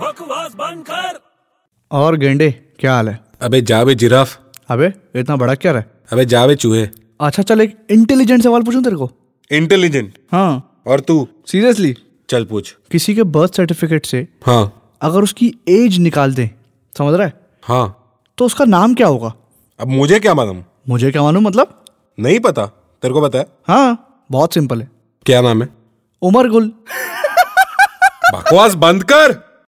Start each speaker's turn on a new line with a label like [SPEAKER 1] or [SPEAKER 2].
[SPEAKER 1] बकवास बंद कर
[SPEAKER 2] और गेंडे क्या हाल है
[SPEAKER 3] अबे जावे जिराफ
[SPEAKER 2] अबे इतना बड़ा क्या रहा है
[SPEAKER 3] अबे जावे चूहे
[SPEAKER 2] अच्छा चल एक इंटेलिजेंट सवाल पूछूं तेरे को
[SPEAKER 3] इंटेलिजेंट
[SPEAKER 2] हाँ
[SPEAKER 3] और तू
[SPEAKER 2] सीरियसली
[SPEAKER 3] चल पूछ
[SPEAKER 2] किसी के बर्थ सर्टिफिकेट से
[SPEAKER 3] हाँ
[SPEAKER 2] अगर उसकी एज निकाल दें समझ रहा है
[SPEAKER 3] हाँ
[SPEAKER 2] तो उसका नाम क्या होगा
[SPEAKER 3] अब मुझे क्या मालूम
[SPEAKER 2] मुझे क्या मालूम मतलब
[SPEAKER 3] नहीं पता तेरे को पता है
[SPEAKER 2] हाँ बहुत सिंपल है
[SPEAKER 3] क्या नाम है
[SPEAKER 2] उमर गुल
[SPEAKER 3] बकवास बंद कर